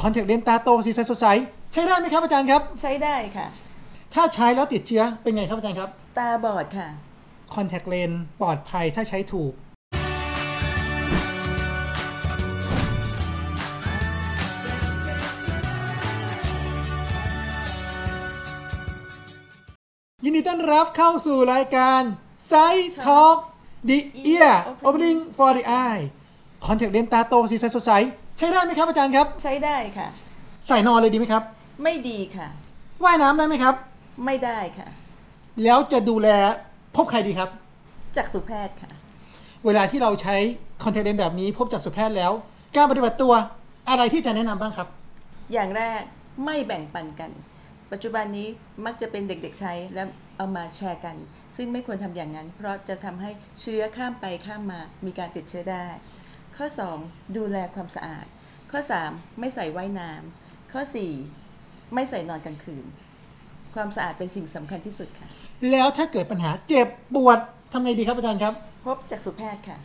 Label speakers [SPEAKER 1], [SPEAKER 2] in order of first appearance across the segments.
[SPEAKER 1] คอนแทคเลนตาโตสีใสสดใสใช้ได้ไหมครับอาจารย์ครับ
[SPEAKER 2] ใช้ได้ค่ะ
[SPEAKER 1] ถ้าใช้แล้วติดเชื้อเป็นไงครับอาจารย์ครับ
[SPEAKER 2] ตาบอดค่ะ
[SPEAKER 1] คอนแทคเลนปลอดภัยถ้าใช้ถูก ยินดีต้อนรับเข้าสู่รายการ s i ซ Talk The Ear Opening for the Eye คอนแทคเลนตาโตสีใสสดใสใช้ได้ไหมครับอาจารย์ครับ
[SPEAKER 2] ใช้ได้ค่ะ
[SPEAKER 1] ใส่นอนเลยดีไหมครับ
[SPEAKER 2] ไม่ดีค่ะ
[SPEAKER 1] ว่ายน้ำได้ไหมครับ
[SPEAKER 2] ไม่ได้ค่ะ
[SPEAKER 1] แล้วจะดูแลพบใครดีครับ
[SPEAKER 2] จากสุแพทย์ค่ะ
[SPEAKER 1] เวลาที่เราใช้คอนแทคเลนส์แบบนี้พบจากสุแพทย์แล้ว การปฏิบัติตัวอะไรที่จะแนะนำบ้างครับ
[SPEAKER 2] อย่างแรกไม่แบ่งปันกัน ปัจจุบันนี้มักจะเป็นเด็กๆใช้และเอามาแชร์กัน ซึ่งไม่ควรทำอย่างนั้น เพราะจะทำให้เชื้อข้ามไปข้ามมามีการติดเชื้อได้ ข้อ 2 ดูแลความสะอาด ข้อ 3 ไม่ใส่ว่ายน้ำข้อ 4 ไม่ใส่นอนกลางคืน ความสะอาดเป็นสิ่งสำคัญที่สุดค่ะ
[SPEAKER 1] แล้วถ้าเกิดปัญหาเจ็บปวดทำไงดีครับอาจารย์ครับ
[SPEAKER 2] พบจากสุแพทย์ค่ะ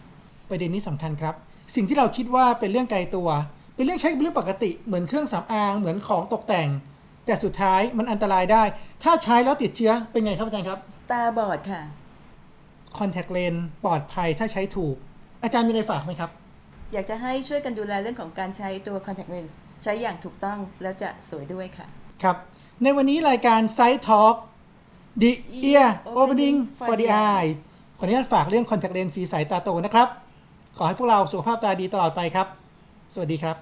[SPEAKER 1] ประเด็นนี้สำคัญครับ สิ่งที่เราคิดว่าเป็นเรื่องไกลตัว เป็นเรื่องใช้เป็นเรื่องปกติเหมือนเครื่องสำอางเหมือนของตกแต่ง แต่สุดท้ายมันอันตรายได้ ถ้าใช้แล้วติดเชื้อเป็นไงครับอาจารย์ครับ
[SPEAKER 2] ตาบอดค่ะ
[SPEAKER 1] คอนแทคเลนส์ปลอดภัยถ้าใช้ถูก อาจารย์มีอะไรฝากไหมครับ
[SPEAKER 2] อยากจะให้ช่วยกันดูแลเรื่องของการใช้ตัว contact lens ใช้อย่างถูกต้องแล้วจะสวยด้วยค่ะ
[SPEAKER 1] ครับ ในวันนี้รายการ Side Talk The Ear Opening for the Eyes ขออนุญาตฝากเรื่องคอนแทคเลนส์สีสายตาโตนะครับ ขอให้พวกเราสุขภาพตาดีตลอดไปครับ สวัสดีครับ